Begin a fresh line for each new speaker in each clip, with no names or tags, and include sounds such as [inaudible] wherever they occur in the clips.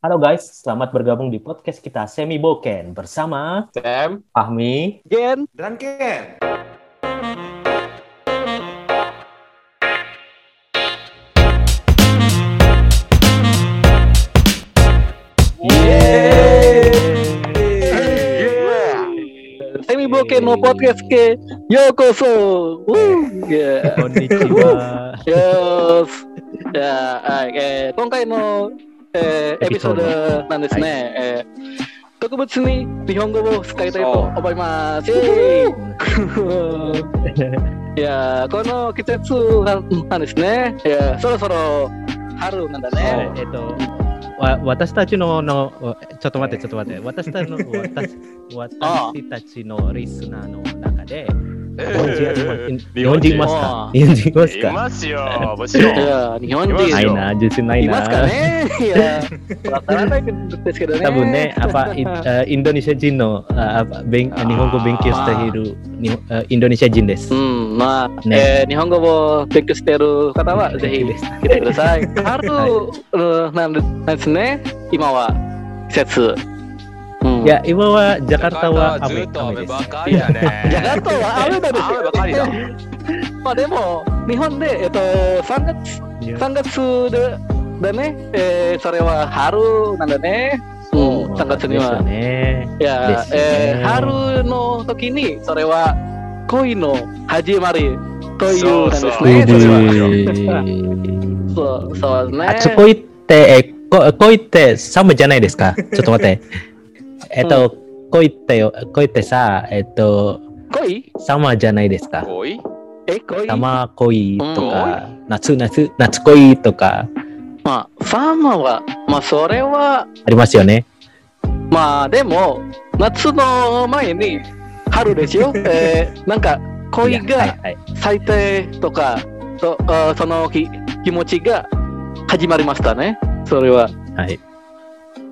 Halo guys, selamat bergabung di podcast kita Semi Boken bersama
Sam,
Fahmi.
Gen,
Dan Ken.
Semi Boken mau podcast ke Yokoso. Woo, yeah. [laughs]
Konnichiwa.
Yes. Ya,はいえー今回の、えーエピソードなんですね。えー特別に日本語を使いたいと思います。イ
Eh,
ェ [laughs] ーイいやーこの季節なんなんですね。いやーそろそろ春なんだね。
えっと、わ私たちのの、おちょっと待って、ちょっと待って、私たちの、私私たちのリスナーの中
Eh.
で、日本人日本人いますか
い
日本人います
い
か
ます [laughs] よ、もちろん。
やー日本
いま
人
す
ない
よ
な、自信ない
い
な。
ますかねいやー、わからないですけどね。
多分ね、apa,
[laughs]
in- あインドネシア人のああ勉日本語勉強している日本あインドネシア人です
う。ん、まあ、
ね
えー日本語を勉強している方は、ぜひ
です
来てくださ [laughs] い。春、うんなんでなんですね、今は季節。うん
いや、今はジャカルタは
ず
雨
っと
雨
雨
です
ば。かりだね。
ジャガルタは雨なんですよ
雨ばかりだ。
まあでも、日本で、えっと、3月、3月で、だね、えーそれは春なんだね。うん、3月には
ですよ。ね。
いや、
ですね
えー春の時にそれは恋の始まりというなんです
そうそう
ね。それはそうそうですね。
あ、そこ行って、え、こ、こ行って、寒じゃないです
[laughs]
か。ちょっと待って。えっと、こ行ってよ、こ行ってさ、えっと、
恋
寒じゃないですか。
おい
え恋
寒恋とか、夏、夏、夏恋とか、
まあファーマはまあそれは
ありますよね。
まあでも夏の前に春で
[laughs]
すよ。えーなんか恋
いやはい
が
はい。
最低とかそあーその気気持ちが始まりましたね。それは。
はい。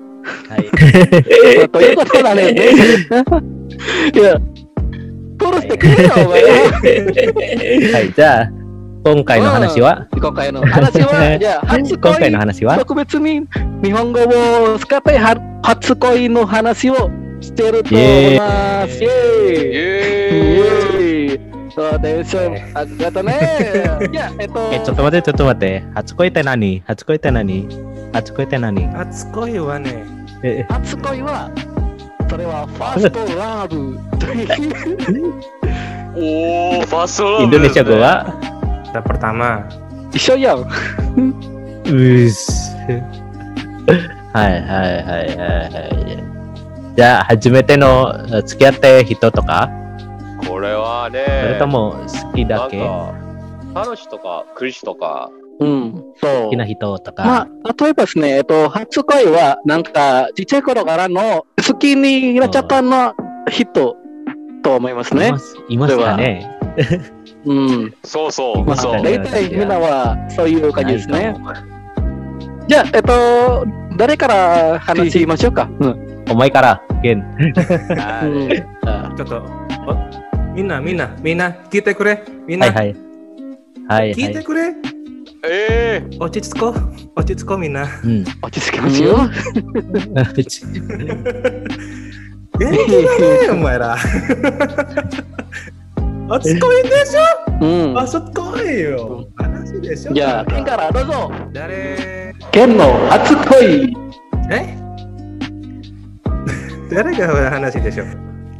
まあということな
[laughs]
んですね。いや、殺してくれよ、お前。
はい、じゃあ、今回の話は、
今回の話は、じゃ
[laughs]
あ、初
今回
恋
の話は、
特別に日本語を使っては初恋の話をしてると思います。イ
イ
ェーイ
エーイ
イェーイそうでしょう。ありがとうね。
[laughs]
いや、えっと、
え、ちょっと待って、ちょっと待って。初恋って何初恋って何初恋って何
初恋はね、
え、
初恋は、それはファーストラブと
[laughs]
いう。
おー、ファーストラブ
インドネシア語は、
kita pertama.
一緒やん。
うっす。はいはいはいはいはい。じゃあ、初めてのえ付き合った人とか、
これは
それ
ね
と、も好きだけ、
なんか彼女とか、彼氏とか、
うん、そう。
好きな人と
ま
か。
あ、例えばですね、えっと、初恋は、なんか、ちっちゃい頃からの好きになっちゃったの人と思います
い
ね
ま。すいますかね
うん。
そうそう、
まあ、
そう。
大体みんなはそういう感じですね。じゃあ、えっと、誰から話しましょうか。うん。
お前から、ゲン。
うんあ
Toto. Oh, Mina, Mina, Mina, kita kure,
は
Mina.
いはい。はいは
Kita
い。
kure.
え
Ochitsuko, Ochitsuko Mina.
うん。
落ち着きますよ。
Genki da ne, omae [laughs] ra. Otsukoi desho?
うん。
Otsukoi yo. Hanashi desho?
じゃあ、ケンからどうぞ。
Dare?
ケンの初恋。
Eh? Dare ga hanashi desho?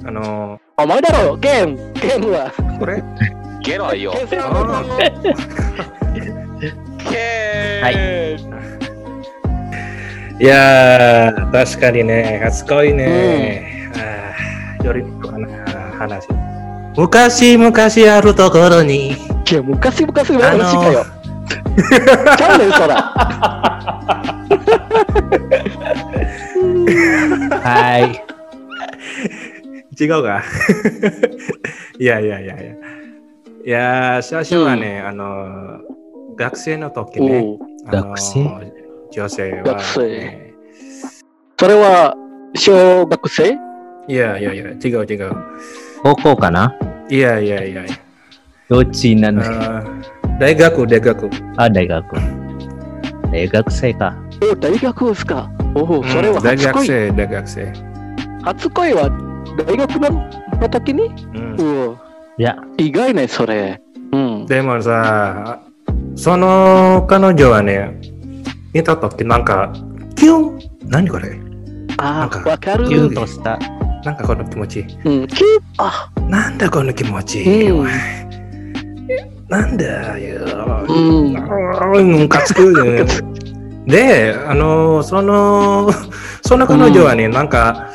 Ano,
お前だろ、ケン。ケンは。
ー、
kure?
ゲロいよ。
ケンさん
あ
の
ゲー
いやー、確かにね、初恋ね。あーよりかな話。昔昔あるところに。
いや、昔々の話かよ。 [laughs] ちゃうねん、そら。
はい。
違うか。 [laughs] いやいやいやいや。いやー、最初はね、あの、学生の時ね。
おう
あの
学生
女性は、ね。
学生それは、小学生
いやいやいや、違う違う。
高校かない
やいやいやいや。
どっちなんだ
あー大学、大学。
あ、大学。大学生か。
え、大学ですかおお、それは
大
初
学
恋。
生、大学生。
初恋は大学のの時に
うん
うお
いや、
意外ね、それ。うん。
でもさ、その彼女はね、見たときなんか、キュン何これな
あ
んか
あ、わかる。
キュンとした。
なんかこの気持ち。
うん、キュッあ、
なんだこの気持ち。
うん
なんだよ。
うん。
うん、ムカつく。
[laughs]
で、あの、その、その彼女はね、なんか、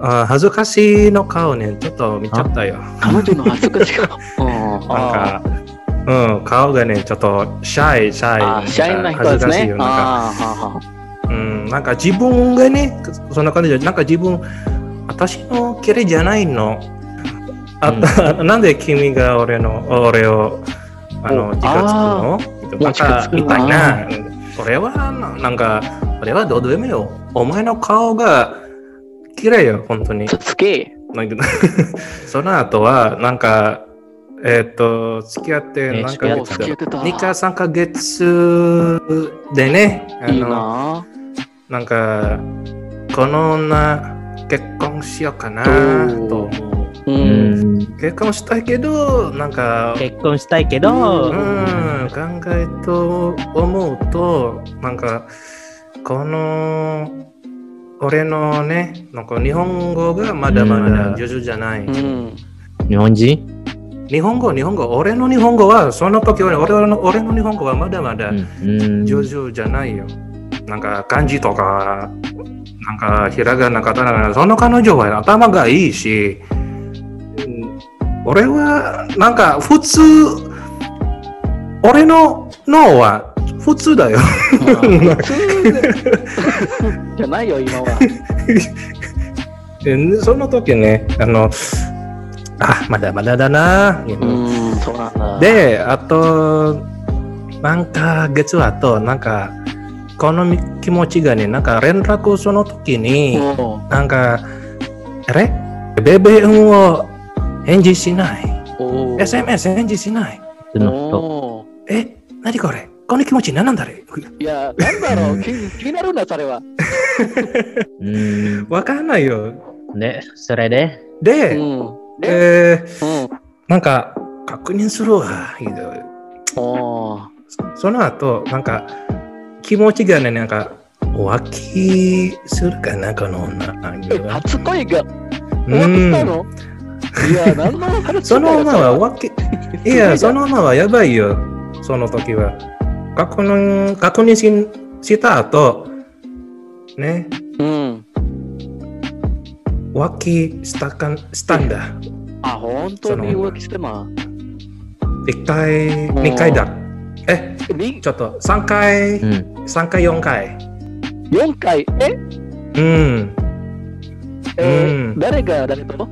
あ恥ずかしいの顔ね、ちょっと見ちゃったよ。
彼女の恥ずかしが。うん
なんか、うん、顔がね、ちょっとシャイ、シャイ。
あー、シャインな人
恥
で
ず
す
かしい
ね
よ。。なんか、
あーあー、
うん、なんか自分がね、そんな感じで、なんか自分、私のキャリじゃないの。あ、 [laughs] なんで君が俺の、俺を、あの、自我つくのなんか、みたいな。それはな、なんか、それはどうでもいいよ。お前の顔が綺麗よ、本当に
あ。ー、好き。
なんか [laughs] その後は、なんか、えっ、と、付き合って、
ね
なん
付き合
か、
っ
お付き合ってた。
2か3か月でね、あ
いい
の、
な
なんか、この女、結婚しようかな
お
と。
う。
うんん。
結婚したいけど、なんか、
結婚したいけど、
うん、考えと思うと、なんか、この、俺のね、なんか日本語がまだまだ上手じゃない。
うん。
日本人
日本語、日本語、俺の日本語は、その時はね俺の俺の日本語はまだまだ
うん。
上手じゃないよ。なんか漢字とか、なんかひらがな、カタカナ、その彼女は頭がいいし、うん俺はなんか普通、俺の脳は普通だよ。 [laughs]
普通じゃないよ、今
[laughs]
は。
でその時ね、あの、あ、まだまだだな、
うん、そうなんだ。
で、あと、なんか月はと、なんか、この気持ちがね、なんか連絡その時に、
お
なんか、あれベベ運を返事しない。
ーおー。
SMS 返事しない。
手の人。
おー
え、なにこれこの気持ち何なんだれ
いや、なんだ
[laughs]
ろう、気気になるんだ、それは。
うん。
わかんないよ。
ね、それで、
う
で、
ん。で、
えー
うん。
なんか、確認するわ。けど
おー
その後、なんか、気持ちがね、なんか、浮気するかな、この女。
え、初恋が
う
終わってきた
ん
のいや、なんの話
その女
は
は浮気。いや、
[laughs]
その女はやばいよ、その時は。確認確認しした後、ね、
うん。
浮気したかんしたんだ。
あ、本当に浮気してま
一回、
ん
二回だ。え、
す。に
ちょっと、三回
う、ん。
三回、四回。
四回、え
うん。
え
うん
ー誰が誰と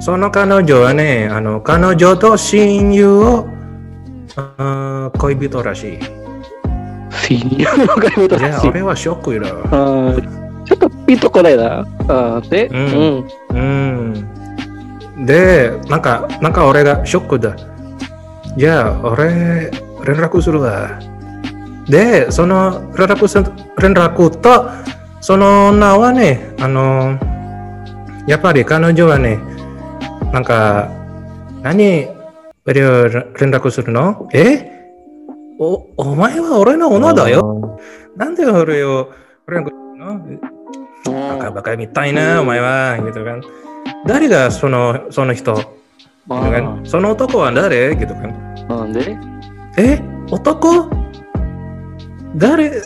その彼女はね、あの彼女と親友をあー恋人らしい。
親友の恋人
じゃ
ら
あ、
しい。
俺はショックだ。
あーちょっとピンとこないな。あーで、
うん
うん。
うん。で、なんか、なんか俺がショックだ。じゃあ、俺、連絡するわ。で、その連絡す、連絡と、その女はね、あの、やっぱり彼女はね、なんか、何、俺を連絡するのえお、お前は俺の女だよ。
よ。
なんで俺を連絡するのバカ
あ
バカみたいな、お前は、gitu kan。誰がそのその人、gitu
ー
kan。その男は誰 gitu kan。
なんで
え、男誰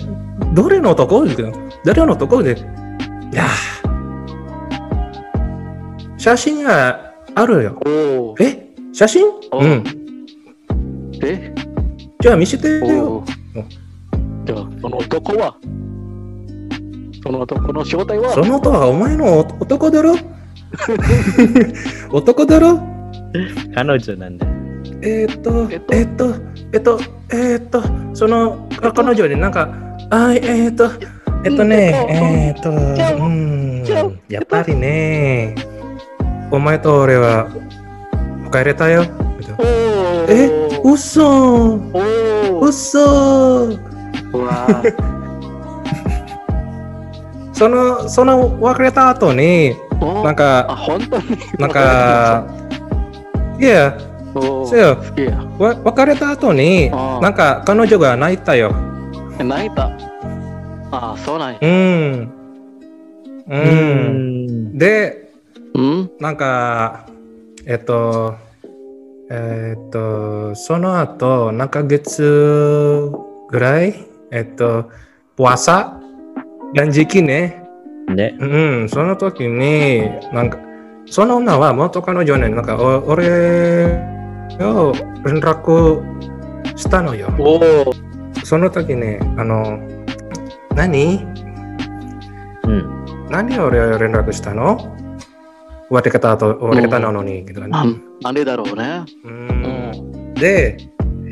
どれの男 gitu kan。誰の男で。いやー、写真があるよ。
おー
え、写真
お
うん。
え
じゃあ見せてよ。
おーじゃあ、その男はその男の正体は
その男はお前の
[laughs]
男だろ [laughs] 男だろ
彼女なんだよ。
えーっと、
えっと
えーっと、えーっと、えーっと、その、あ彼女になんか、あえーっと、えーっとね、えーっと、
じゃあ
うん
じゃあ、
やっぱりね、お前と俺は、別れたよ。
おー
え、嘘
おー
嘘
うわー
その、その別れた後に、
お
なんか、
あ、本当に。
なんか、いや、
お
そ
ー、
うよ、
いや、
わ別れた後に、
あー
なんか彼女が泣いたよ。
泣いた。あー、そうなんや。
うん。う。
うん
で、
うん
なんか、えっと、えっと、その後、何ヶ月ぐらい、えっと、puasa 断食ね。
ね。
うん、その時に、なんか、その女は元彼女ね、なんか、お俺を連絡したのよ。
おお、
その時ね、あの、何
うん。
何を俺は連絡したの終わり方と終わり方なのに、gitu kan
なん、なんでだろうね。
う
うんん。
で、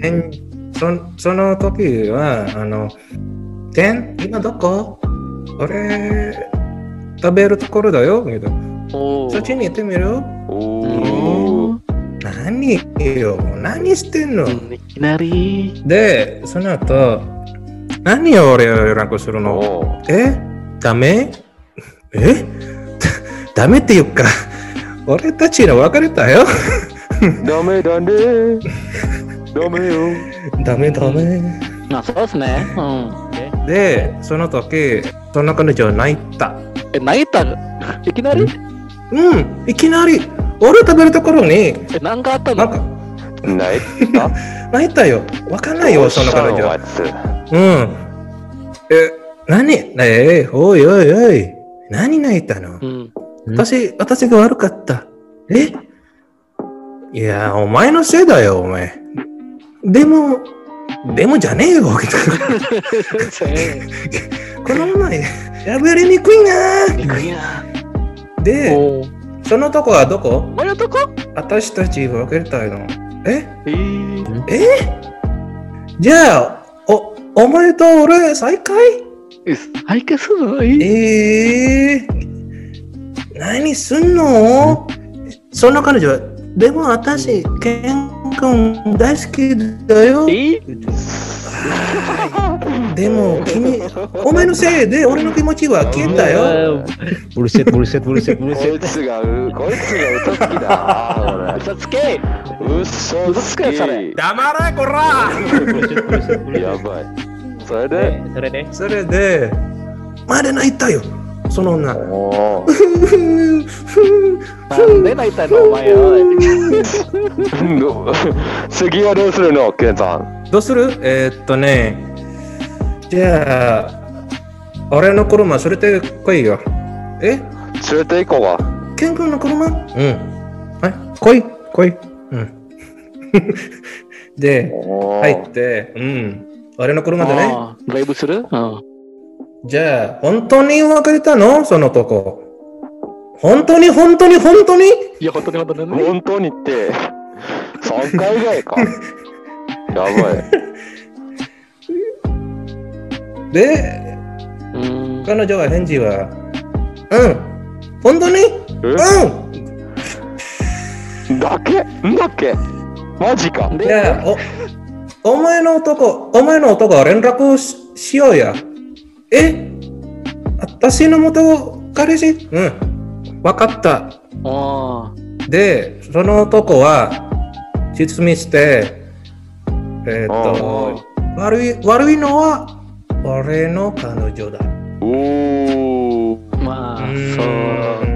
返そその時は、あの、てん、今どこ俺、食べるところだよ、gitu
おお。
そっちに行ってみる
お
う
お
ん。
何よ、何してんの、
うんいきなり。
で、その後、何を俺は連絡するの
お
えダメえダメっていうか俺たちの別れたよ
ダメだねダメよ
ダメダメ
あ、そうですね。うん。
でその時その彼女泣いた
え、泣いた。いきなり。
うんいきなり俺食べるところに
え、なんかあった
な
の
ん。か
泣いた
泣いたよわかんないよその彼女うんえ何えーおいおいおい何泣いたの
うん。 [laughs]
私私が悪かったえいやお前のせいだよお前でもでもじゃねえよ [laughs] このままやべれにくい
いく
な
や。
で
おお。
そのとこはどこ
あれとこ。
私たち分けたいのえ
えー
じゃあおお前と俺再会
え、再会するの。えー
えー、何すんのその彼女はでも私ケン君大好きだよ
え
でも君、お前のせいで俺の気持ちは消えたよ。
ブルシェット、ブルシェット、ブルシェット、ブルシェ
こい
ッ
つがうこいつが嘘つきだ
ー、嘘つけ。
俺嘘
嘘
つ
つ
き
けそれ
黙れこら
ト、ブルシェット、ブルシェット、ブルシェ
Ya,
や
ッ
ばいそれで
ト。でそれで、
それで、まで泣いたよ、その女。
お
なんで泣いたの、お前は。
お次はどうするのケンさん
どうするえーっとね、じゃあ、俺の車連れてこいよ。え
連れて行こうが
ケン君の車うん。はい、来い、来い。うん。 [laughs] で、
お
入って、うん。俺の車でね。
あーライブする。うん。
じゃあ、本当に別れたのそのとこ。本当に本当に本当に
いや、本当に本当に。
本当にって3回ぐらいかやばい
で、
うん。
彼女は返事は、うん、本当にう
だけんだっけマジか
んじゃあ、お、お前の男、お前の男は連絡ししようや。え私の元彼氏うん、わかった。
あ
で、その男は、失明して、えっ、と、悪い、悪いのは、俺の彼女だ。
おお
あ、まあ、そう。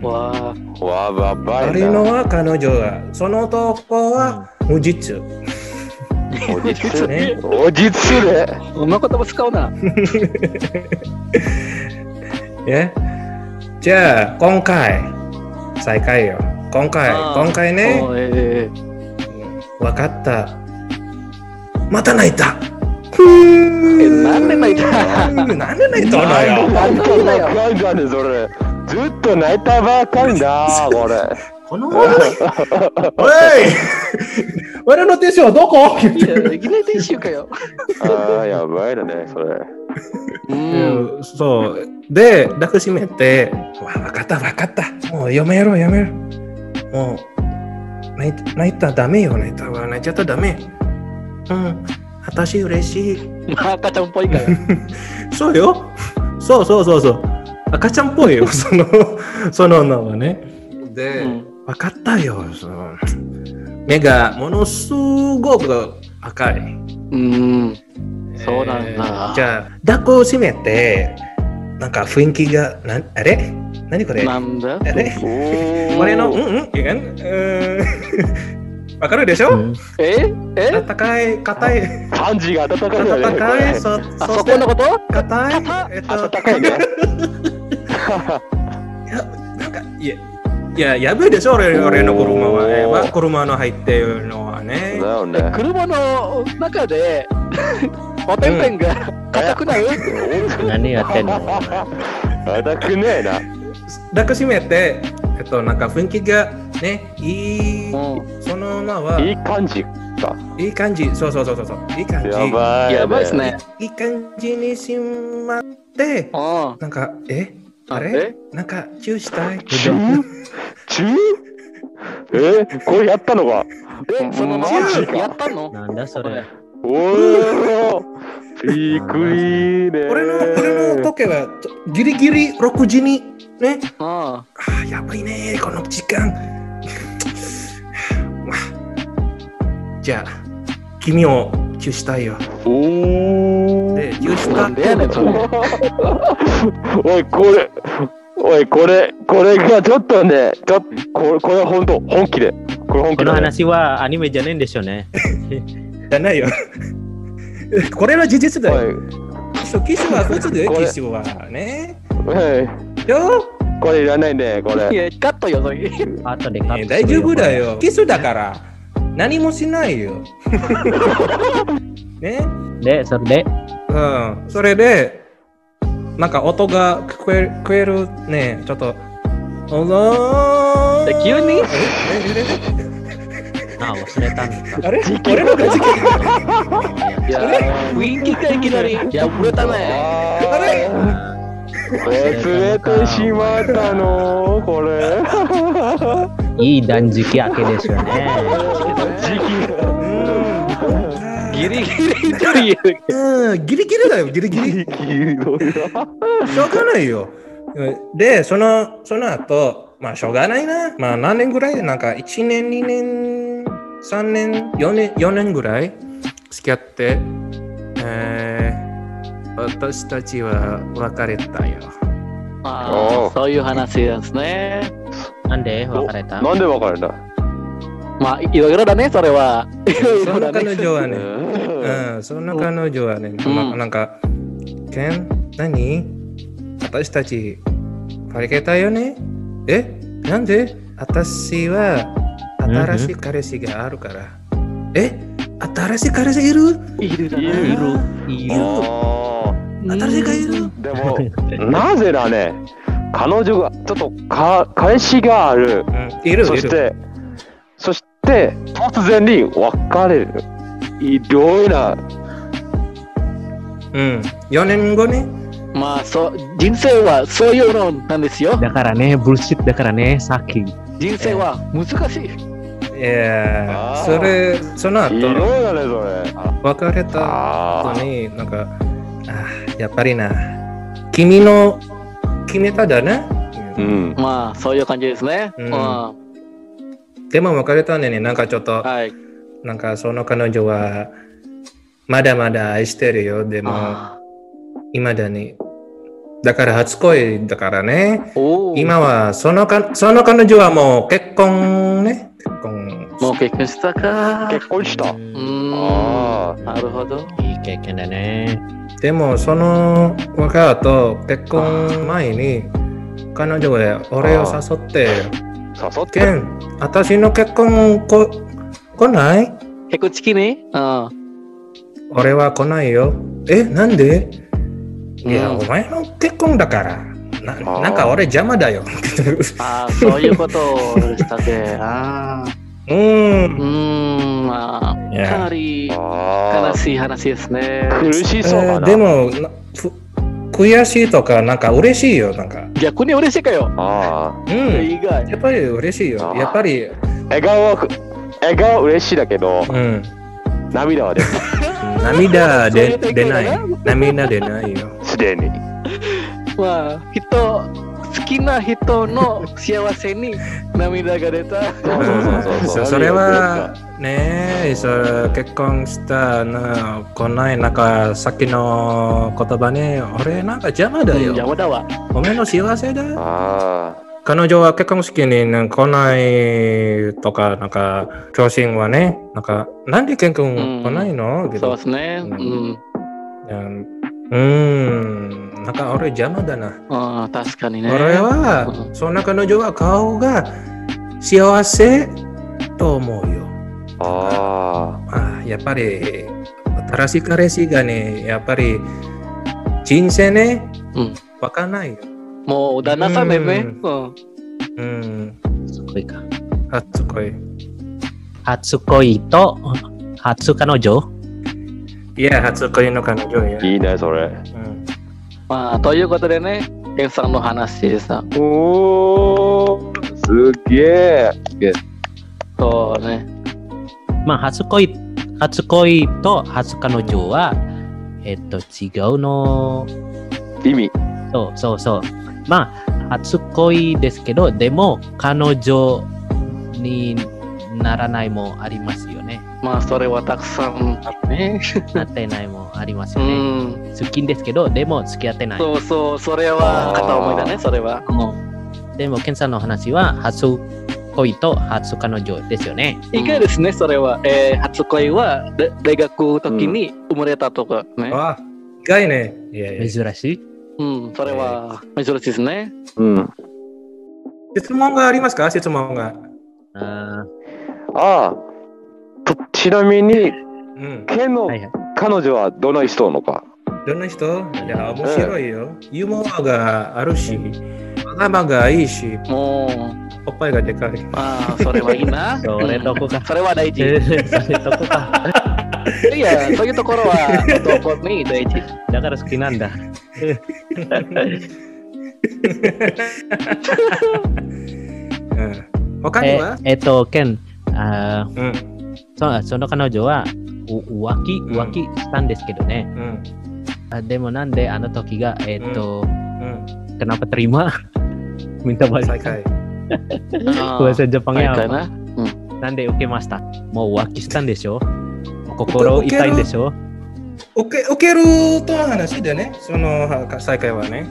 そ
わあ、
わばばい
悪い
な
のは彼女だ。その男は、無実。
おじつ
ね。
おじつで
そんな言葉使うな。
えじゃあ、今回、再開よ。今回、
あー
今回ね
お、えー
わかった。また泣いた。
えなんで泣いた
うんなんで泣いたのよ。
なんかなんかなんかねそれずっと泣いたばっかりだこれ
この女におい [laughs] 俺のテンションはどこ
いや、いきなり一週かよ。
ああやばいだねそれ
[laughs] うん。
そう。で、抱きしめて、わ、わかったわかった。もうやめろやめろ。もう、泣いた泣いたらダメよ、泣いたわ。泣いちゃったらダメ。うん。私嬉しい。
まあ、赤ちゃんっぽいから。
そうよ。そうそうそうそう。赤ちゃんっぽい [laughs] よ、その、その女はね。で、
うん
分かったよ、その目がものすごく赤い。
うん。そうなんだ
えーじゃあ、抱っこを締めて、なんか雰囲気が、なあれ何これあ
なんだ
れ俺
俺
の、うんうん、いやうんう [laughs] ーん、わかるでしょ、
ええ
暖かい、硬い、
感じが温かいよね
暖
こ
か
れ
い、そ
あ
そ
そ
して
このこと
硬い、えっと
温、かいね
[laughs] なんか、いや、いや、やぶいでしょ、俺俺の車はね。
おー
まあ、車の入ってるのは
だ
ね。
よね
車の中 [laughs] でおてんてんが硬くなる
何やってんのお前
温くねえな
抱きしめて、えっと、なんか雰囲気がね、いい、
う
そのまま
いい感じか
いい感じ、そうそうそうそうそう、いい感じ、
やば
ん
い
やばいですね
いい感じにしまって
う、ん
なんか、えあ
え
れなんか、チューしたい。
中中えこれやったのか
えそのま
マジ
ま
か
やったの
なんだそれ。
おおびっくりね
俺の、俺の時計は、とギリギリ6時に、ね、
うん
あーやばいねこの時間 [laughs] まあじゃあ君をチューしたいよ
おー
でチューし
な
た
んでやねんそれ
[laughs] おいこれおいこれこれがちょっとねちょっこれこれ本当本気でこれ本気
こ
で
の話はアニメじゃねえんでしょうね。
じゃないよ [laughs] これは事実だ
おい
よ初期種は普通で
これ
機種はね
はい
よ
これいらないねこ
い
れ
やカットよそれ
後でカッ
え
ト
大
する
丈夫だ
こ
よ基礎だから何もしな
[laughs]
いよね
れ。で、それで、
うんそれでなんか音が聞こえ聞こえるねちょっとおぞ
え
ー
急に
えええ
あ、忘れたんだ。
あれ俺の時計
いや雰囲気がいきなりいやぶれたね
あ
あれ
Ah,
忘れてしまったのこれ
いい断食明けですよね。
時期が
ギリギリ一人いる
うん、ギリギリだよ、ギリギリ。
時期が
しょうがないよ。で、その、その後、まあ、しょうがないな。まあ、何年ぐらいなんか、1年、2年、3年、4年、4年ぐらい付き合って、えー、私たちは別れたよ。
ああそういう話ですね
なんで別れた
なんで別れた
まあいろいろだねそれはいろい
そ
ろ
の
だね
彼女はね、
う
うん、その彼女はね、ななんか、ケン、何私たち、別れたよねえなんで私は、新しい彼氏があるから。え新しい彼氏いる
いるだ
い
ね
る
い
んあ
新しい彼氏いる
ーで
[laughs]
もなぜだね彼女がちょっとか彼氏がある
うん、いる
そ
い
し
る。
てそして突然に別れるいろいろな
うん。4年後ね。
まあそう人生はそういうのなんですよ
だからね、ブルシットだからね、さっき。
人生は難しい
いや
あー
ーそれ、その
いろい
後、
ろだねそれ
別れた。
あ
本当になんか、あーやっぱりな、君の決めただな。
ーうん
まあそういう感じですね
う
うんんは
でも別れたね、なんかちょっと、
い
なんかその彼女は、まだまだ愛してるよ、でも、
あ
今だに。だから初恋だからね。
ーおお
今はそのか、その彼女はもう結婚ね。結婚。
もう結婚したか
結婚した
う
い
ーん
あ
なるほど
い経験だね。
でもその別れと結婚前に、彼女は俺を誘って、
あ誘っ
ケ
て
ン、私の結婚こ来ない
結婚式にうん
俺は来ないよ。え、なんでいや、
うん
お前の結婚だから。な
あー
なんか俺邪魔だ [laughs] よ。
ああそういうことをした
[laughs]
けああ
う。
うんーんまあ
い
か
や
なり
あ
悲しい話ですね
あ苦し
え
そうか
ー
な
でもなふ悔しいとか、なんか嬉しいよ。なんか。
逆に嬉しいかよ
ああ
うん。
意外
やっぱり嬉しいよ
あ。ー
やっぱり。
笑顔は笑顔は嬉しいだけど
うん。
涙は出る
涙
で
で出ない。涙出ないよ。
すでに
まあ、人、好きな人の幸せに涙が出た。
そうそうそうそう
そうそれはねえそう結婚したなこないなんかさっきの言葉ね俺なんか邪魔だ
うん邪
よ
魔だわ。
おめの幸せだ
あ
彼女は結婚式になんか来ないとかなんか調子はねなんかなんで結婚来ないの、け
そう
ど
ですね。うん。
うんうんなんか俺邪魔だな
ああ、確かにね。
俺はそんな彼女は顔が幸せと思うよ
ああ
まあやっぱり新しい彼氏がねやっぱり人生ね、
うん
わかんないよ、
もう、旦那さんだよね。
う
うん。
うん、
すごいか。
あすごい
初恋と初彼女
いや初恋の彼女や、
Iya.
いいねそれ
うん
まあ、ということでね、ケンさんの話でさ、
おーすっげえ
そうね。
まあ、初恋、初恋と初彼女は、えっと、違うの。
意味
そうそうそう。まあ、初恋ですけど、でも、彼女にならないもありますよね。
まあ、それはたくさんあるね。
なってないもあります
う
よね。
ん。
好きですけど、でも付き合ってない。
そうそう、それは片思いだね、それは。
うんでも、ケンさんの話は、初恋と初彼女ですよね。
一回ですね、それは。えー、初恋は、で大学時に生まれたとかね。
あ意外ねいやいや
珍しい。
うん、それは珍しいですね。
うん
質問がありますか質問が、
あ
ああとちなみに
うん、
ケン
ー
の
はいはい。
彼女はどんな人なのか
どんな人いや面白いよ、ユーモアがあるし頭がいいし
もう、
おっぱいがでかい
まあ、それはいいな。
[laughs] それどこか
うんそれは大事。
えーそれどこか。
いや、そういうところは、男に
[laughs]
大事。
[laughs] だから好きなんだ。
うん、他に
え
は、
えっと、ケン、あー
うん
そその彼女はう浮気
ん
浮気したんですけどね。
うん
あでもなんであの時が、えっと、
うん、
eh, kenapa terima? [laughs] Minta balik.
再開。
Bahasa
あ
Jepangnya
ーか
apa?
な。
なんで受けましたもう浮気したんでしょ心痛いんでしょ
受け受けるとの話でね、そのは再開はね。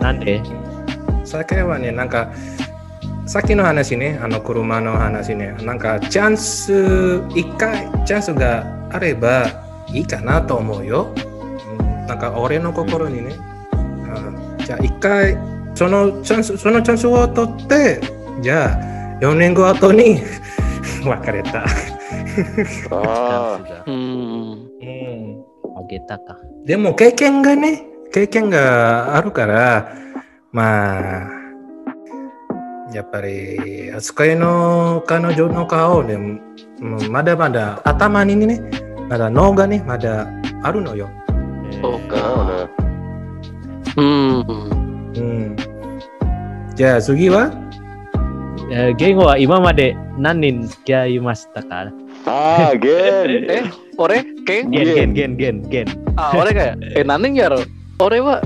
なんで
再開はね、なんか、さっきの話ね、あの車の話ね、なんかチャンス、一回チャンスがあればいいかなと思うよ。うん、なんか俺の心にね。あじゃあ一回そのチャンス、そのチャンスを取って、じゃあ4年後後に [laughs] 別れた。
Ah.
あ
うん。
うん
あげたか。
でも経験がね、経験があるから、まあ、やっぱり、扱いの彼女の顔でも、うんまだまだ頭にね、まだ脳がね、まだあるのよ。
そう
あなるほど
か。
ね
うん。
うん。じゃあ次は
えー言語は今まで何人付き合いましたか
ああゲー
え、俺ケン
ゲンゲンゲンゲンゲン。
あ、俺がや。え、何人やろ俺は、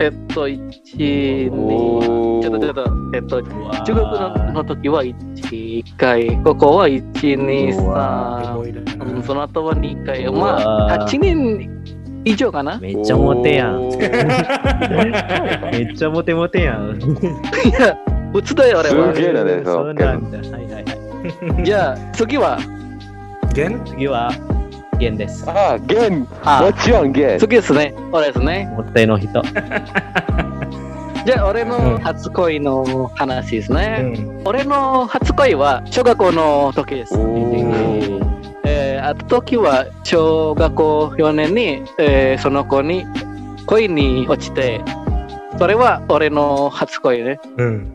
えっと、1、
おー
2、ちょっとちょっと、えっと、中学の
わ
の時は1回、ここは1、2、
う
3、うんその後は2回、ま
う
あ、
わ
8人以上かな
ー。めっちゃモテや
Oh.
[laughs] ん。
おー
めっちゃモテモテやん。
いや、うつだよ、俺は
す。げえだね
[laughs]
そ
そう
う
なんだ。はいはいはい。
じゃあ、次は、
ゲン
次は、ゲンです。
ああゲー
あ
も、ちろんゲー
次ですね。俺ですね。
モテの人。
じゃあ、俺
う
の
ん
初恋の話です
う
ね。
ん。
俺の初恋は、小学校の時です。
おー
えー、あと時は小学校4年に、えーその子に恋に落ちてそれは俺の初恋ね
うん。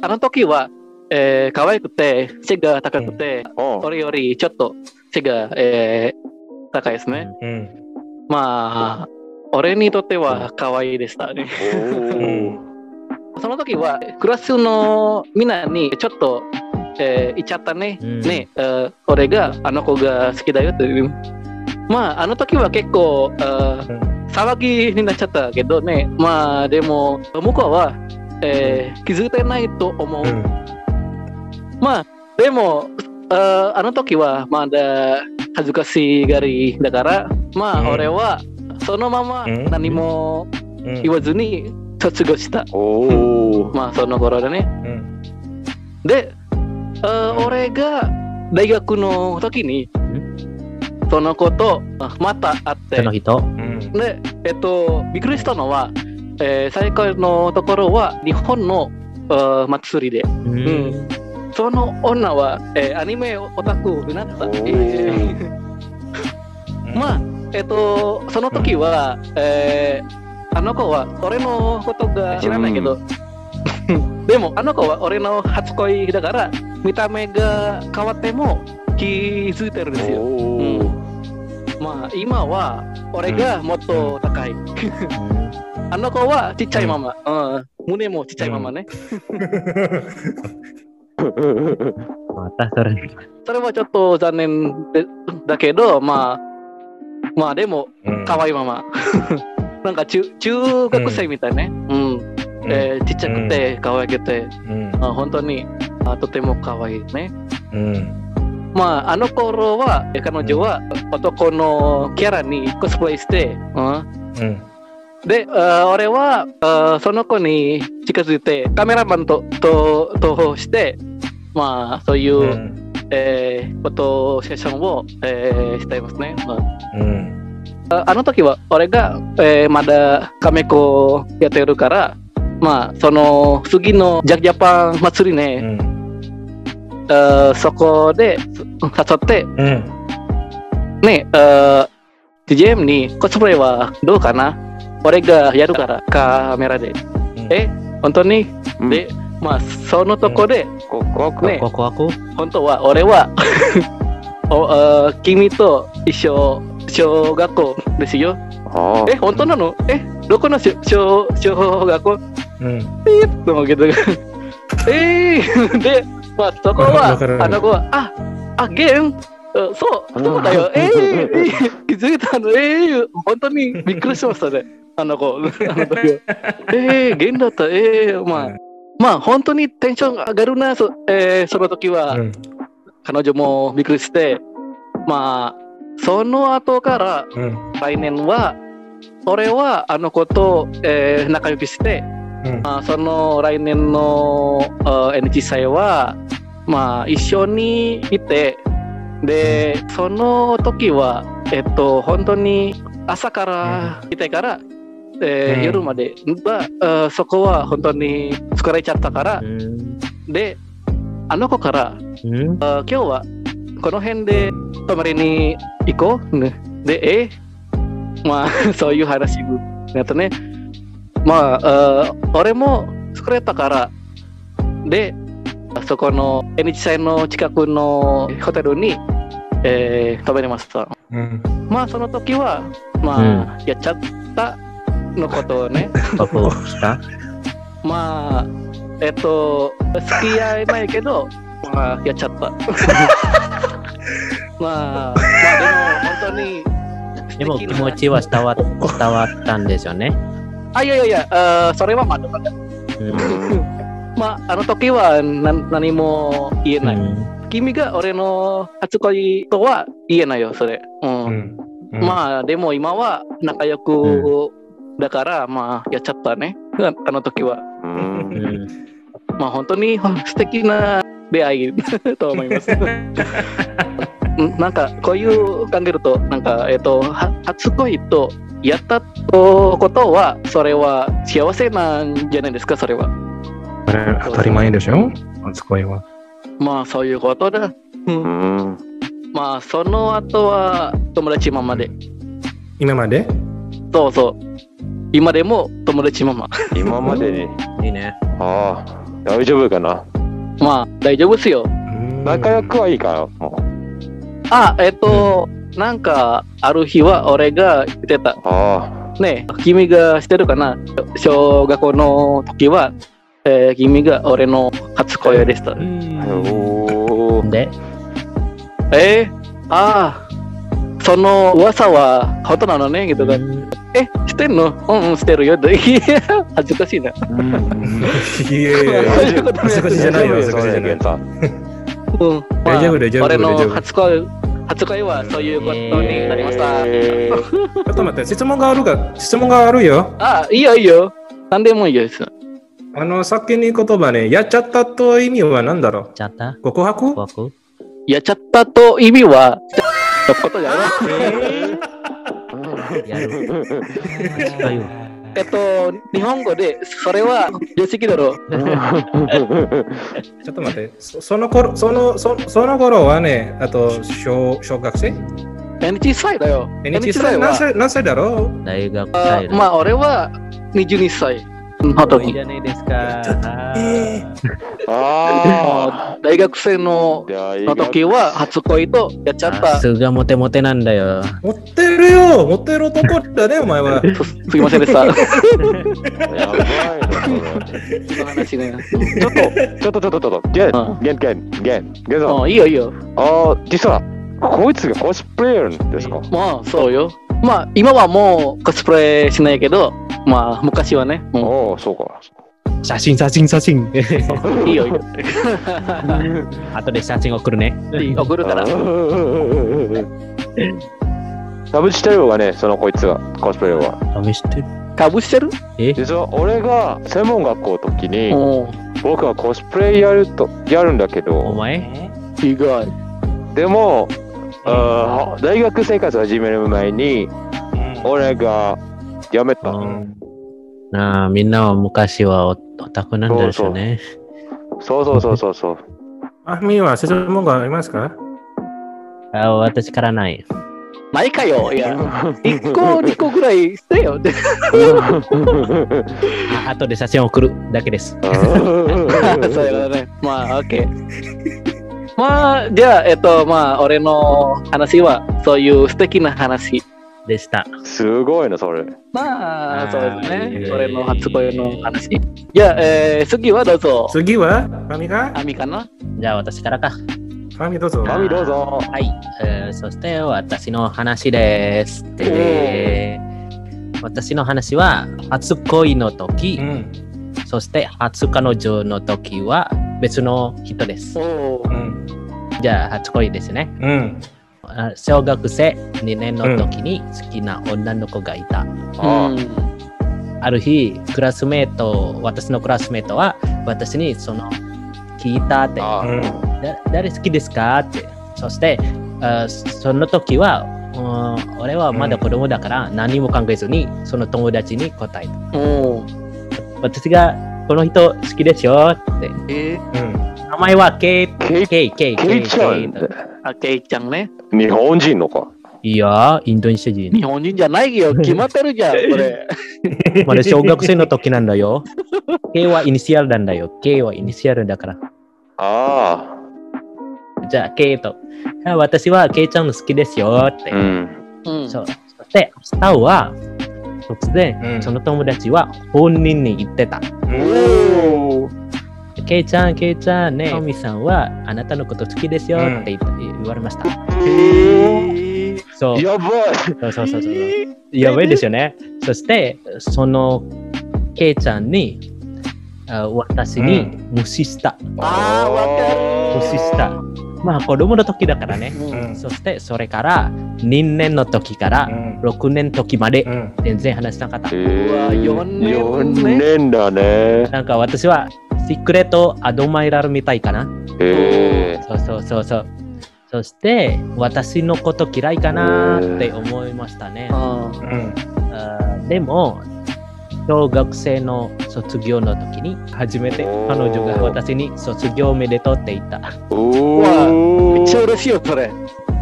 あの時は、えー、可愛くて背が高くて、
うん
俺よりちょっと背が、えー高いですね、
うん。
まあ俺にとっては可愛いでしたね
Hmm.
お
その時はクラスのみんなにちょっと、えー、いっちゃったね、
うん
ね、えー俺があの子が好きだよっていうまああの時は結構、えー
うん
騒ぎになっちゃったけどねまあでも向こうは、えー気づいてないと思う、
うん
まあでもあーあの時はまだ恥ずかしがりだからまあ、
うん
俺はそのまま
うん
何も
うん
言わずに卒業した、
おお。
まあその頃だね
うん
で、あー俺が大学の時にその子とあまた会って
その人
うん
で、えっと、びっくりしたのは、えー最高のところは日本のあー祭りで
う
うんその女は、えーアニメオタクになった、
おー
えー
[laughs]
まあえっとその時は、えーあの子は俺のことが知らないけど、 [laughs] でもあの子は俺の初恋だから見た目が変わっても気づいてるんですよ
おー
まあ今は俺がもっと高い、あの子はちっちゃいまま、うん胸もちっちゃいままね、
Hmm.
またそれ
それはちょっと残念でだけどまあまあでも
うん
可愛いまま [laughs] なんか中中学生みたいね、うん
うん
えーちっちゃくて可愛くて、
うん
あ本当にあとても可愛いね
うん
まああの頃はえ彼女は男のキャラにコスプレして、うん、
うん
で、あー俺はあーその子に近づいてカメラマンとと投稿してまあそういう、
うん
えーフォトセッションを、えーしていますね、ま
うん
あああの時は俺が、えーまだカメコやってるからまあその次のジャジャパン祭り
う
ね、
ん
あーそこでそ誘って
うん
ねあー GM にコスプレはどうかな俺がやるからカメラでえ本当に
うん
で、まあ、そのとこで、
こここ
ね
ここaku
本当は俺は [laughs] おあー君と一緒小学校ですよ。
あ
え、本当なのえ、どこの小小小学校
うん
と思うけど。えー、 [laughs] で、まあ、そこは
わからない
あの子は、ああゲームあそう、そうだよ。えー、えー気づいたの、えー、本当にびっくりしましたね。あの子、あの時はえー、ゲームだった、えー、まあ。まあ本当にテンション上がるな、そ,、えーその時は、
うん
彼女もびっくりして、まあその後から
うん
来年は俺はあの子と、えー仲良くして、
うん
まあ、その来年のあ NG 祭は、まあ、一緒にいてでその時はえっと本当に朝からいてから、えー
うん
夜まで、まああーそこは本当に疲れちゃったから、であの子から
うん [laughs]
あ今日はこの辺で泊まりに行こう、ね、でえまあ [laughs] そういう話になったねまああ俺も作れたからでそこの NHK の近くのホテルに、えー泊まりました
うん
まあその時はまあ、やっちゃったのことをね
aku kita
まあえっと付き合えないけどまあやっちゃった [laughs] まあまあでも本当に
でも気持
い
ちは伝わ伝わったんですよね、
あいやいやいやあーそれはまだまだ
うん
まああの時はな何も言え
う
ない、
ん
君が俺の初恋とは言えないよそれうん、
うんうん
まあでも今は仲良くだから、まあやっちゃったねああの時は
うん
う
うん
まあ本当に素敵な出会い [laughs] と思います。うんなんかこういう考えるとなんかえっ、とは初恋とやったとことはそれは幸せなんじゃないですかそれは。
これ当たり前でしょ初恋は
まあそういうことだ。うん
うん
まあその後は友達ママで。
今まで
そうそう。今でも友達マ [laughs] マ。
今までに。
いいね
ああ。大丈夫かな
まあ大丈夫っすよ。
仲良くはいいかな
あえっ、と、なんかある日は俺が言ってた。
あ
ねえ君がしてるかな小学校の時は、えー君が俺の初恋でした。
あ。おお。
で
えー、ああ、その噂は本当なのね、gitu kan。え、してんのうんうん、してるよ。 [laughs] いや恥ずかしいな。
いえいえ
そういうこと
恥ずかしいじゃないよ恥ずかしいじゃない
うん。
大丈夫大丈夫
俺の
大丈夫
初恋、初恋はそういうことになりました。
えー
ちょっと待って質問があるが質問があるよ
あ、いいよいいよ。なんでもいいです。
あの先に言葉ねやっちゃったと意味は何だろ
ちゃった [laughs]
う告白
僕
やっちゃったと意味は、 [laughs] のことじゃない。
やる。という
えっと、日本語で、それは、良識だろう。
ちょっと待ってそその頃そのそその頃はねあと小小学生
NG 歳だよ。
NH 歳何
は、
歳何歳だろう
大学
あ
帰る。
まあ、俺は22歳。本当
いい
に
じ。ゃないですか。
えー
あ
大学生の
ーじゃあいい
の時は、初恋とやっちゃっ
さ
た。
すがモテモテなんだよ。
持ってるよ持ってる男だねお前は
すすいませんでした。
やばいなそれ
その話ね。
ちょっとちょっとちょっとちょっとゲ
う
ンゲンゲンゲンゲンさん
もういいよいいよ。
あー実はこいつがコスプレイヤーなんですか
まあ、そうよ。まあ、今はもうコスプレしないけど、まあ、昔はね、も
おおそうか
写真写真写真。
ういいよいいよ。
[laughs] 後で写真送る [laughs] ね。
いい送るから。
ダブしてるよがねそのこいつがコスプレイヤーは
試してる。
かぶしてる
え
実は俺が専門学校の時に
おお、
僕はコスプレやるとやるんだけ
お
ど
前
意外。
でもあー大学生活始める前に俺が辞めた
なあ、みんなは昔はオオタクなんでしょうね。
そうそうそうそうそう
あみは質問がありますか
あ私からない。
ないかよ。いや、一個、二個ぐらいしてよ。で
あ後で写真送るだけです。
[laughs] そういうことね。まあ、オッケー。まあ、じゃあ、えっと、まあ、俺の話は、そういう素敵な話。
でした。
[laughs] すごいなそれ
まあ、そうです
はい
ね。俺の初恋の話。じゃあ、えー、次はどうぞ。
次はファミが
あみかな
じゃあ私からか。
ファミどうぞ
マミどうぞ
はい、えーそして私の話です。で、私の話は初恋の時
う、ん
そして初彼女の時は別の人です
お。お
う。ん
じゃあ初恋ですね。
うん
あ小学生2年の時に好きな女の子がいた。
あ
うん
ある日、クラスメート、私のクラスメートは私にその聞いたって、
あ
うん
だ誰好きですかって。そして、あその時は、うん俺はまだ子供だから何も考えずに、その友達に答えた。
おー
私が、この人好きですよって。
え
うん
名前はケイ、
ケイ
ケイ、ケイ、
ケイちゃ
ケイ
ん
と
ー、あケイちゃんね。
日本人のか
いや、インドネシア
[laughs]
人。
日本人じゃないよ。決まってるじゃん、これ。
まだ小学生の時なんだよ。K はイニシアルなんだよ。K はイニシアルだから。
あ
じゃあ K と。あ私は K ちゃんの好きですよって。
あうん
うん。
そうそして明日は突然、
うん
その友達は本人に言ってた。
おお。
K ちゃん、K ちゃんね、トミさんはあなたのこと好きですよって言った言われました。
へえ
そう
やばい
そうそうそうそう。やばいですよね。そして、その K ちゃんにあ私
う
に
ん
無視した。
あーわかる
年下まあ子供の時だからね。
う
うん
ん
そしてそれから2年の時から6年の時まで
うん
全然話しなかった。
う
わ四年
年だね
なんか私はシークレットアドマイラルみたいかな。
え
そうそうそうそう。そして私のこと嫌いかなって思いましたね。
あ
うん
あーでも小学生の卒業の時に初めて彼女が私に卒業おめでとうって言った。
ーお
ーめ
ー
っちゃ嬉しいよ、それ。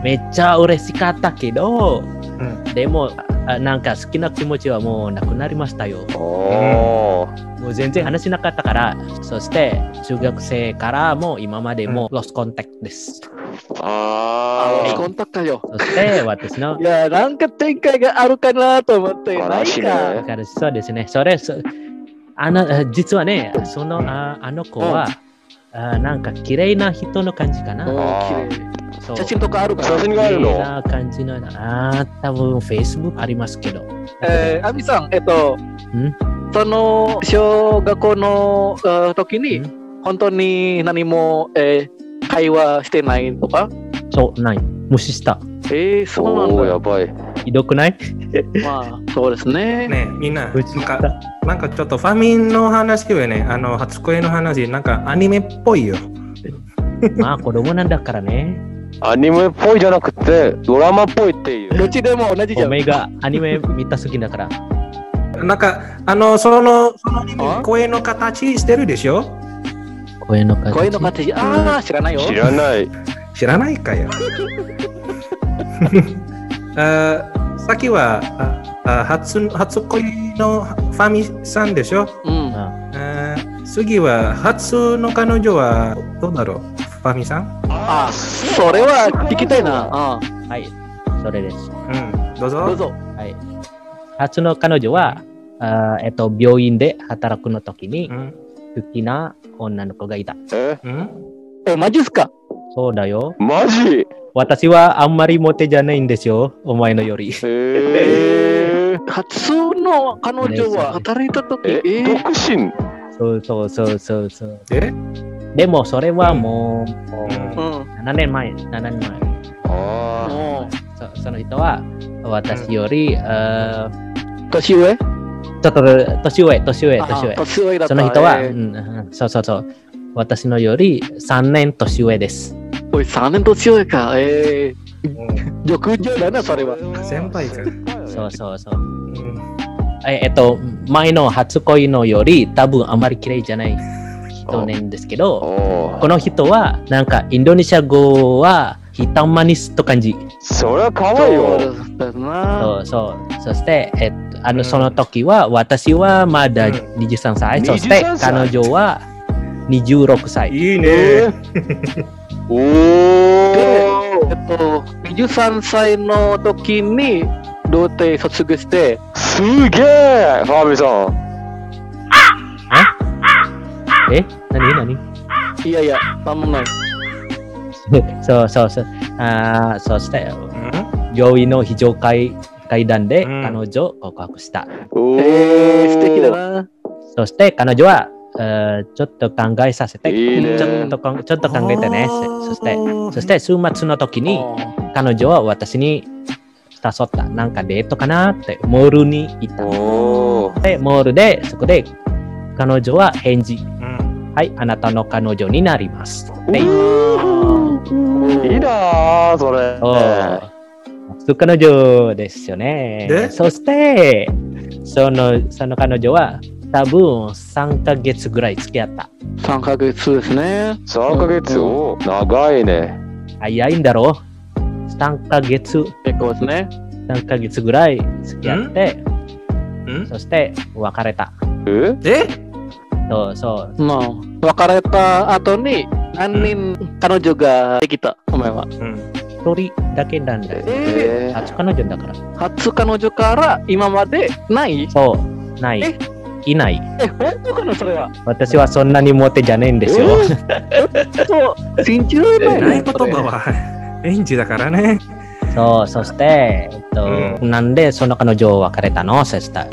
めっちゃ嬉しかったけど、
ん
でもあなんか好きな気持ちはもうなくなりましたよ
お
もう全然話しなかったからそして中学生からも今までもロスコンタクトです
ー
あ
あ
ー、コ
ー
ンタクトよ。
そして私の
いや、なんか展開があるかなと思って、ない
悲しい
か。
ね
彼氏そうですねそれそあのあ実はねそのああの子は、あなんか綺麗な人の感じか
うん
な、
あー
綺麗
そう
写真とかあるか
写
ら。
真があ
綺
る
麗
の
な感じのあー多分 Facebook ありますけど
えー、アミさん、えっと
ん、
その小学校のえー時に
う、
本当に何も、えー会話してないとか、
そう、ない。無視した。
えー、そうなん
おー
だ
やばい
ひどくない
まあ、そうですね。
ねえみんな、
無視
なん
した
か、。なんかちょっとファミンの話よね、あの、初恋の話、なんかアニメっぽいよ。
まあ、子供なんだからね。
アニメっぽいじゃなくてドラマっぽいっていう
どっちでも同じじゃ
お
ん。
めえがアニメ見た好きだから。
なんか、あの、その、そのアニメ
あ
声の形してるでしょ
声の形。
声の形、ああ、知らないよ。
知らない
知らないかよ。あさっきはああ初初恋のファミさんでしょ
うん。
あ
あ次は初の彼女はどうだろうファミさん
ああ、それは聞きたいな。あ
はい。それです。
うん、どう
あどう
ぞ。
ぞ。
はい。初の彼女は、あーえっと、病院で働くの時に
うん、
好きな女の子がいた。
え
うん、
え、マジっすか
そうだよ。
マジ
私はあんまりモテじゃないんですよ。お前のより。
えー、
初の彼女は働いた時、
え
えー、
独身
そうそうそうそうそう。
え
でもそれはもう、もう
うん。
7年前、7年前。
あ
もう
そその人は私より、えー
年上
ちょっと年上、年上、
あ
年上。
年上だった。
その人は、
えー
うん、そうそうそう。私のより3年年上です。
おい、3年年上か。え
うん
ー、欲上だな、
あ
それは。
先輩か
そうそうそう。
うん
ええっと、前の初恋のより多分あまり綺麗じゃない人なんですけど、
お
こ
ー
の人はなんかインドネシア語はヒタマニスと感じ。
そりゃ可愛い
そ
よ
うだな。
そうそう。そして、えっと、あ
う
の
ん
その時は私はまだ
うん
23歳、
23
そして
歳
彼女は26歳。
いい
え
ね。
[laughs] ー、おお
えっと、23歳の時に、童貞卒業して、
すげえファミさん
え何何
いやいや、なんもない。
[laughs] そうそうそう。あーそして、
うん
病院の非常階階段で
うん
彼女を告白した。
おー
えー、素敵だな。
そして彼女は、えーちょっと考えさせて、
いいね
ちょっとこんちょっと考えてね。そそして、そして週末の時に
あー
彼女は私に誘った。なんかデートかなって、モールに行った。
おー
で、モールで、そこで彼女は返事。
うん
はい、あなたの彼女になります。で
いいなーそれ
おーそう彼女ですよね
で。
そして、そのその彼女は多分3ヶ月ぐらい付き合った。
3ヶ月ですね。
3ヶ月を長いね
早いんだろう ?3 ヶ月、
結構ですね。
3ヶ月ぐらい付き合って、
うん
そして別れた。
え
え
そうそう。
まあ、別れた後に、何人彼女ができた、お前は。
うん
一人だけなんだよ。
え
えー
初彼女だから。
ー、初彼女から今までない
そう、ない
え。
いない。
え、本当かな、それは。
私はそんなにモテじゃねえんですよ。
そう、信じられないな。
ない言葉は、エンジだからね。
[laughs] そう、そして、えっとなんでその彼女を別れたのそした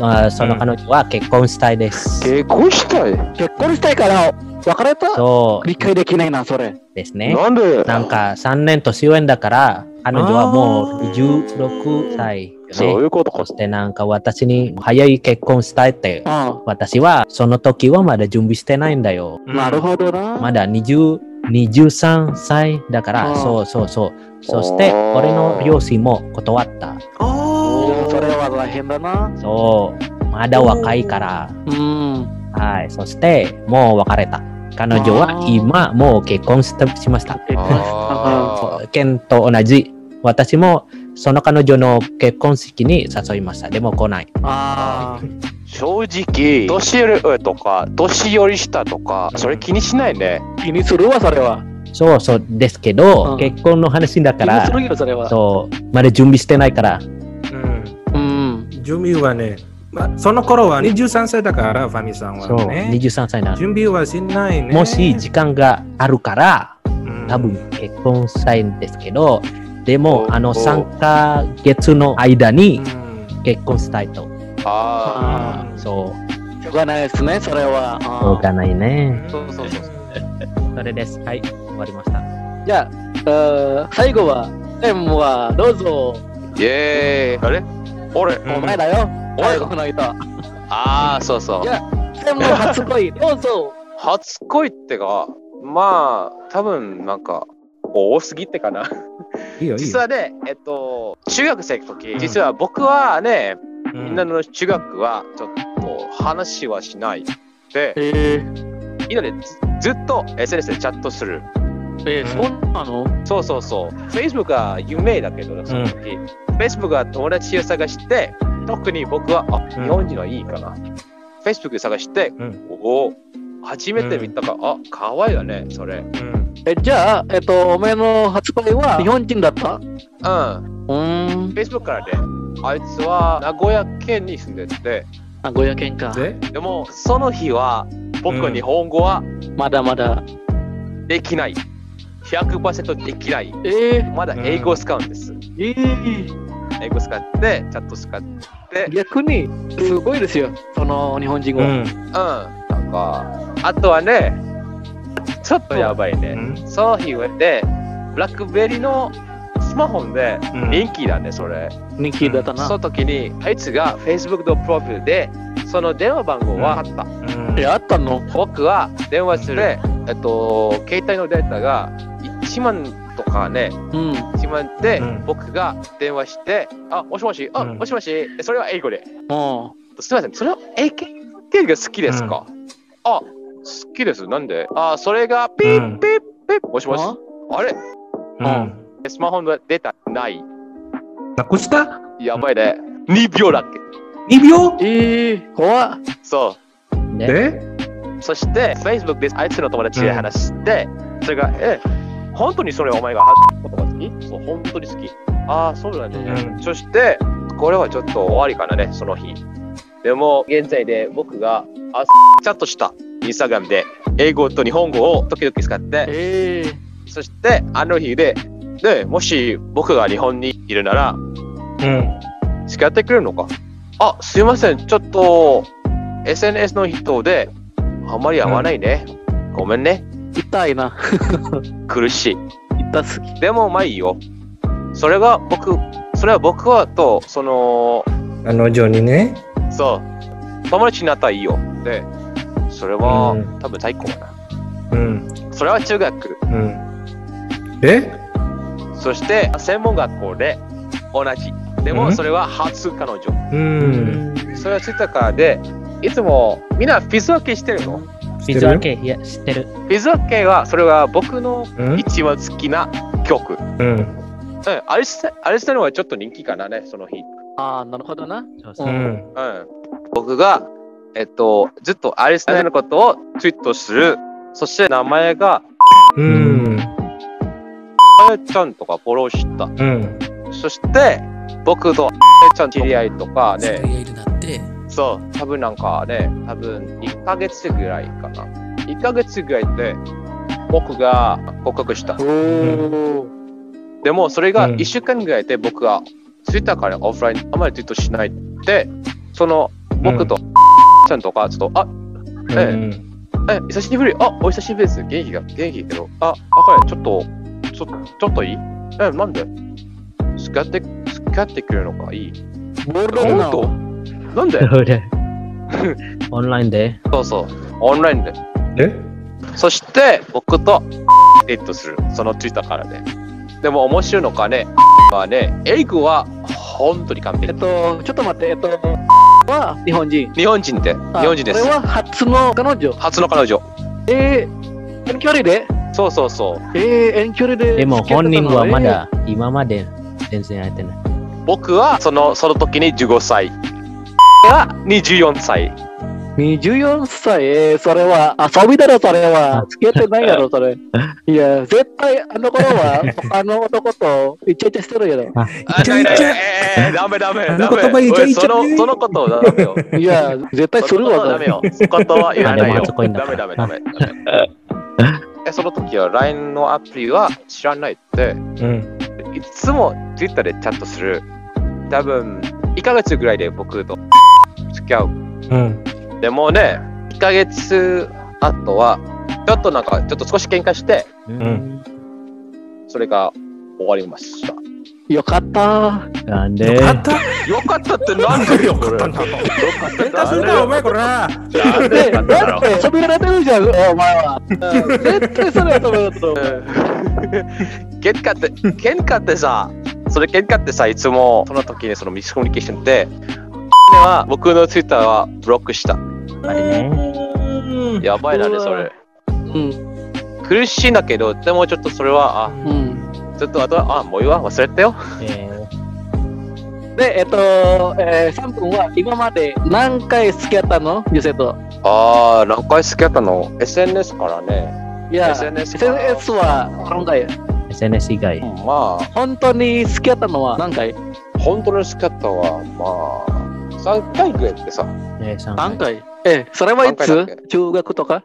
あその彼女は結婚したいです。
結婚したい、
結婚したいから別れた
そう
理解できないなそれ
ですね。
なんで
なんか3年年上だから、彼女はもう16歳
そう
よ
い
ね。
うこと
[laughs]
か
そしてなんか私に早い結婚したいって。
あ
私はその時はまだ準備してないんだよ。
あなるほどな、
まだ20 23歳だか
う
ら、
ん
そうそうそう。そして、
あー
俺の両親も断った。
おーそれは大変だな
そう、まだ若いから。
うん
はい、そして、もう別れた。彼女
あ
は
ー
今、もう結婚したしました。
あー
ケンと同じ。私も、その彼女の結婚式に誘いました。でも来ない。
あ
正直年上とか年寄り下とかそれ気にしないね
あ気にするわそれは
そうそうですけ
う
ど、
ん
結婚の話だ
気
か
にす
ら、
るよそれは
そう、まだ準備してないから。
うん
うん
準備はね、まあ、その頃は23歳だから、ファミさん
そう、
はね。
23歳なの。
準備はしないね。
もし時間があるから、
うん
多分結婚したいんですけど、でも、
お
あの
お
3ヶ月の間に
う、ん
結婚したいと。
あ
あ
そう、
あ、しょうがないですね、それは。
しょうがないね。
そうそうそう
それです。はい、終わりました。
じゃあ、あー最後は、エンはどうぞ、
あ。イエーイ。あれ俺、
お前だよ、最後の人。
ああ、そうそう。
エン初恋、どうぞ。
初恋ってか、まあ、多分なんか、多すぎってかな。
いいよいい
実
よ
はね、えっと、中学生の時、
ん
実は僕はね、
う
みんなの中学はちょっと話はしない。で、
え
みんなでずずっと SNS でチャットする。
え
そ
んなの
そうそうそう。Facebook は有名だけど、その時。Facebook は友達を探して、特に僕は、あ、日本人はいいかな。Facebook で探して、
うん
おお、初めて見たから、あ、可愛いわね、それ。うん。
うん
え、じゃあ、えっと、お前の初恋は日本人だったうーん、
Facebook からね、あいつは名古屋県に住んでて、
名古屋県か。
で
でも、その日は、僕
う
は
ん
日本語は
まだまだ。
できない。100%できない。
えー、
まだ英語を使うんです。
えー、
英語使って、チャット使って、
逆に、すごいですよ、その日本人語。
うん
うん、なんか、あとはね、ちょっとやばいね。
う
その日で、ブラックベリーのスマホで
うん
人気だね、それ。
人気だったな。
その時に、あいつが Facebook のプロフィールで、その電話番号はあった。
ん
え、あったの
僕は電話する、えっと、携帯のデータが1万とかね、
うん。
1万で
うん
僕が電話して、あ、もしもし、あ、
うん
もしもし、それは英語で。
も
すみません、それは AKT が好きですか、あ、好きです。なんであ、それがピ
うん
ッピッピッ。もし
う。
もし。
あ
あれ
うん
スマホのデータない。
なくした
やばいね。2秒だっけ。
2秒
ええー、怖っ。
そ
で、
で
う。そして、Facebook であいつの友達で話して、それが、え、本当にそれお前がはことが好きそう、本当に好き。ああ、そうだね。
うん
そして、これはちょっと終わりかなね、その日。でも、現在で僕が、あ、チャットした。インスタグラムで、英語と日本語を時々使って、
ええ
そして、あの日で、で、もし僕が日本にいるなら、
うん
付き合ってくれるのかあ、すいません、ちょっと、SNS の人で、あんまり合わないね。ごめんね。
痛いな。
苦しい。
痛すぎ。
でも、まあいいよ。それが僕、それは僕はと、その、
あの女にね
そう、友達になったらいいよ。で、それは、
うん
多分最高かな。
うん
それは中学。
うんで
そして、専門学校で同じ。で
う
も、
ん
それは初彼女。
うん
それはツイッターからで、いつもみんなフィズ分けしてるのフ
知っ
水
て
分
る
け、いや、知ってる。
ィズ分けは、それは僕の
うん
一番好きな曲。
うん
うん、アリスタ、アリスタのはちょっと人気かなね、その日。
ああ、なるほどな。
そうそううん
うん。僕が、えっと、ずっとアリスタのことをツイートする。そして名前が、
うん
あやちゃんとかフォローした。
うん
そして、僕
[laughs]
とあやちゃん知り合いとかね、
いるなって
そう、多分なんかね、多分1ヶ月ぐらいかな。1ヶ月ぐらいで、僕が告白した
お。お。
でもそれが
うん
1週間ぐらいで僕はツイッターからオフラインあまりツイートしないでその僕と、ちゃんとかちょっとあ
う
え
ん
え久しぶりあお久しぶりです元気が元気いいけどああこれちょっとちょちょっといいえなんで付き合って付き合ってくれるのかいい
ボールだな。
本当なんで
それ
[laughs]
でオンラインで。
そうそうオンラインで
で
そして僕とデートするそのツイッターからねでも面白いのかねはね英語は本当に完
え
璧
っと、ちょっと待って、えっと、は日本人。
日本人で日
あ
本人です
これは初の彼女。
初の彼女
えー、遠距離で
そうそうそう
えー、遠距離で。
でも本人はま。だ今まで全然会えてない。
僕はそのその時に15歳が24歳
えー、24歳、えー、それは遊びだろ、それは。付き合ってないやろ、それ。いや、絶対あの頃は、あの男とイチャイチャしてるやろ。
イチャイチ
あな
ャ
いないえーダメダメ
あ
ダ
の
メ
言葉イチャイチャ
おいそのそのことはダメよ
いや、絶対するわ、
そのことはダメよそのことは言わない
あでも
よ
初恋だ
ダメダメダメダメえその時は LINE のアプリは知らないって
うん
いつも Twitter でチャットする多分1ヶ月ぐらいで僕と付き合う。
うん。
でもね、1ヶ月後は、ちょっとなんか、ちょっと少し喧嘩して、
ん
それが終わりました。
よかった。
[laughs]
なん
よ
で
かった
よかったってなんだ
よかったんだ
よかった
[laughs] 喧嘩するな、お前これ
な
な。
んで
で、だ
なんだろ
っ
う
て、喋られてるじゃん、お前は。うん絶対それは喋られてる。
喧嘩って、喧嘩ってさ、それ喧嘩ってさ、いつもその時にそのミスコミュニケーションで、は僕のツイッターはブロックした。
あれね。
やばいなね、それ。
うん、
苦しいんだけど、でもちょっとそれは、あ、
うん。
ちょっとあとは、あ、もういいわ、忘れてよ。
えー
で、えっと、えー、3分は今まで何回付き合ったの女性と。
あー、何回好きだったの ?SNS からね。
いや、
SNS から
SNS は何回
SNS 以外
うんまあ、
本当に付き合ったのは何回
本当の好きだったは、まあ、3回ぐらいってさ、
えーさん
何回え、それはい
何
つ
回だっ
中学とか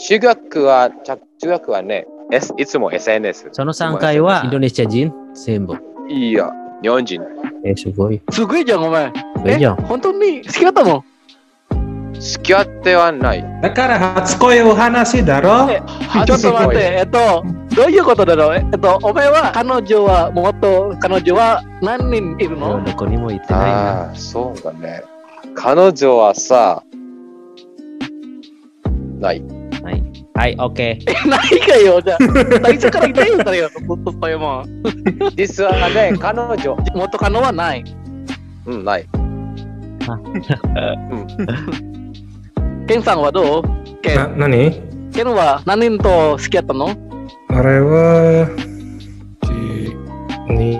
中学は、ちゃ中学はね、S、いつも SNS。
その3回はインドネシア人全部。
いいや、日本人。
えー、すごい。
すごいじゃん、お前。
いいじゃん。
本当に好きだったの
付き合ってはない。
だから初恋お話だろ
ねちょっと待って、えっと、どういうことだろうえっと、お前は、彼女は、もっと彼女は何人いるの
どこにも行ってないな。
ああー、そうだね。彼女はさ、ない。
はい、OK。
[laughs] え、ないかよ、じゃあ。最初から言ってよ、それよ、ずっとよ、もう。
実は
[laughs]
ね、彼女、
元カノはない。
うん、ない。
ケンさんはどうケ
な、
ン、
何
ケンは何人と付き合ったの
あれは、一二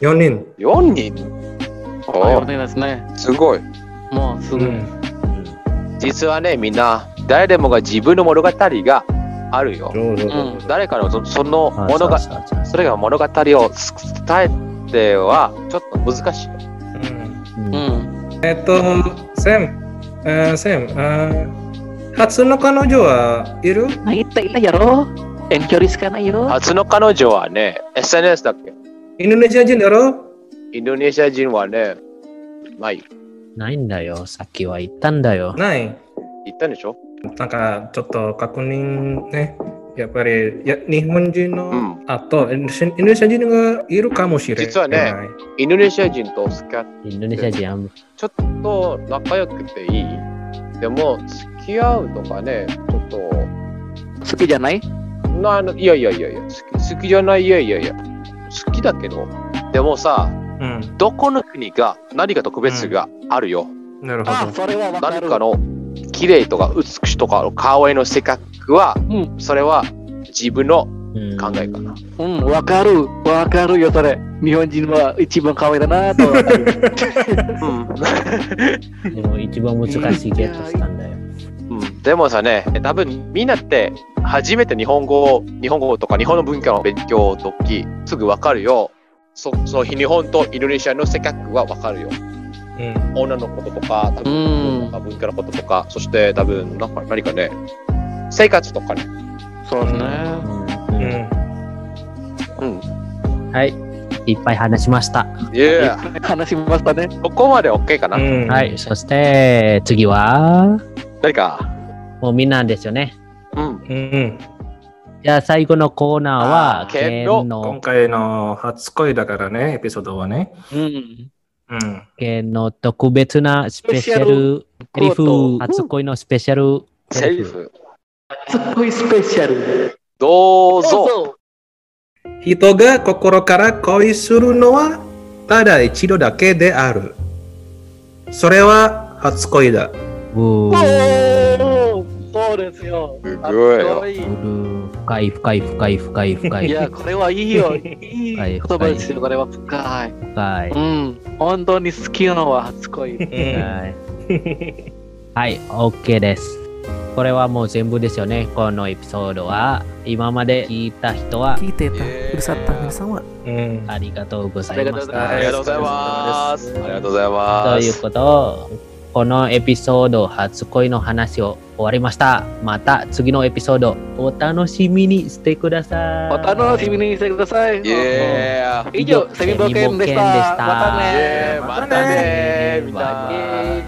4人。
4人お
あ、
ー
人ですね。
すごい。
もう、す
う
ぐ。
ん。
実はね、みんな、誰でもが自分の物語があるよ。
そうそう
う
そ
ん
う。
誰かのそその
あー
物が、
そうそうそう
それが物語をす伝えては、ちょっと難しい。
うん
うん。
えっと、セム、えーセム、あー初の彼女はいる
まあ、言った、言ったやろ遠距離しかないよ。
初の彼女はね、SNS だっけ
インドネシア人だろ
インドネシア人はね、ない。
ないんだよ。さっきは言ったんだよ。
ない。
言ったんでしょ
なんかちょっと確認ね。やっぱりや日本人の、
うん
あとインドネシアインドネシア人がいるかもしれない。
実はねインドネシア人と付き合っ
インドネシア人あんま
ちょっと仲良くていいでも、付き合うとかね、ちょっと、
好きじゃない
なあのいやいやいやいや、好き好きじゃない、いやいやいや、好きだけど、でもさ、
うん。
どこの国が何か特別があるよ。
なるほ
あ、
ど。
それはわか
何
る。
かの綺麗とか美しいとか可愛いの性格は、
う
それは自分の
うん
考えかな。
うん、わかる。わかるよ、それ。日本人は一番可愛いだな [laughs] とわかる。
でも一番難しいゲットしたんだよ。
うん、でもさね、多分みんなって初めて日本語を、日本語とか日本の文化の勉強の時、すぐわかるよ。そその日本とインドネシアの性格はわかるよ。
うん
女のこととか、多
う
分
ん。
文化のこととか、そして多分なんか何かね、生活とかね。
そうですね。
うん
う
うん
うん。
はい。いっぱい話しました。
いや、
話しましたね。
ここまで OK かな。
うん
はい。そして、次は、
何か。
もうみんなですよね。
うん。
うん、
じゃあ最後のコーナーは、
あー剣の
剣
今
の、
回の初恋だからね、エピソードはね。
うん。
うん、
剣の特別なスペシャルセリフ、初恋のスペシャル
セリ。フ。
すっごいスペシャル。
どう
そう
ぞ。
人が心から恋するのはただ一度だけである。それは初恋だ。
うー
そう。そうですよ。
すごいよ
あす
深い深い深い深い深
ごいい
い
や、これはいい [laughs] よ。いい言葉ですよ、これは深い。
深い。
うん。本当に好きなのは初恋。
はい。はい、OK です。これはもう全部ですよね。このエピソードは、今まで聞いた人は
聞いてた、
えー
うるさった皆さんは
うん
ありがとうございまし
あ
た。
ありがとうございます。ありがとうござい
と
ま
い
す
う。ことを、このエピソード初恋の話を終わりました。また次のエピソードお楽しみにしてください。
お楽しみにしてください。
イエーイ
以上、セミボケンでした。
아, 예,
セミボケンでした
またね。
またね
またね
みんな
イエーイ 예.
예.